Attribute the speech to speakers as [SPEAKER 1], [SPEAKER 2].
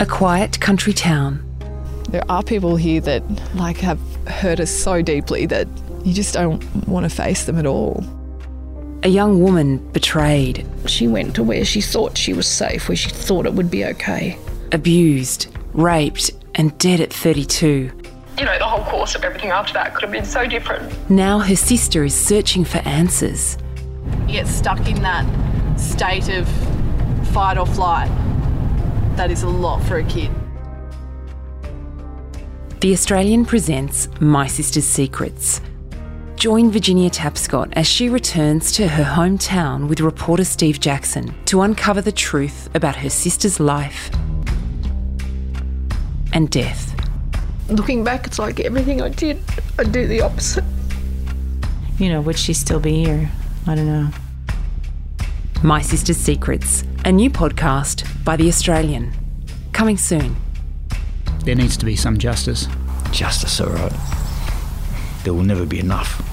[SPEAKER 1] a quiet country town.
[SPEAKER 2] There are people here that like have hurt us so deeply that you just don't want to face them at all.
[SPEAKER 1] A young woman betrayed,
[SPEAKER 3] She went to where she thought she was safe, where she thought it would be okay.
[SPEAKER 1] abused, raped, and dead at 32.
[SPEAKER 4] you know, the whole course of everything after that could have been so different.
[SPEAKER 1] Now her sister is searching for answers.
[SPEAKER 5] You get stuck in that state of fight or flight. That is a lot for a kid.
[SPEAKER 1] The Australian presents My Sister's Secrets. Join Virginia Tapscott as she returns to her hometown with reporter Steve Jackson to uncover the truth about her sister's life and death.
[SPEAKER 3] Looking back, it's like everything I did, I do the opposite.
[SPEAKER 6] You know, would she still be here? I don't know.
[SPEAKER 1] My Sister's Secrets, a new podcast by The Australian. Coming soon.
[SPEAKER 7] There needs to be some justice.
[SPEAKER 8] Justice, all right. There will never be enough.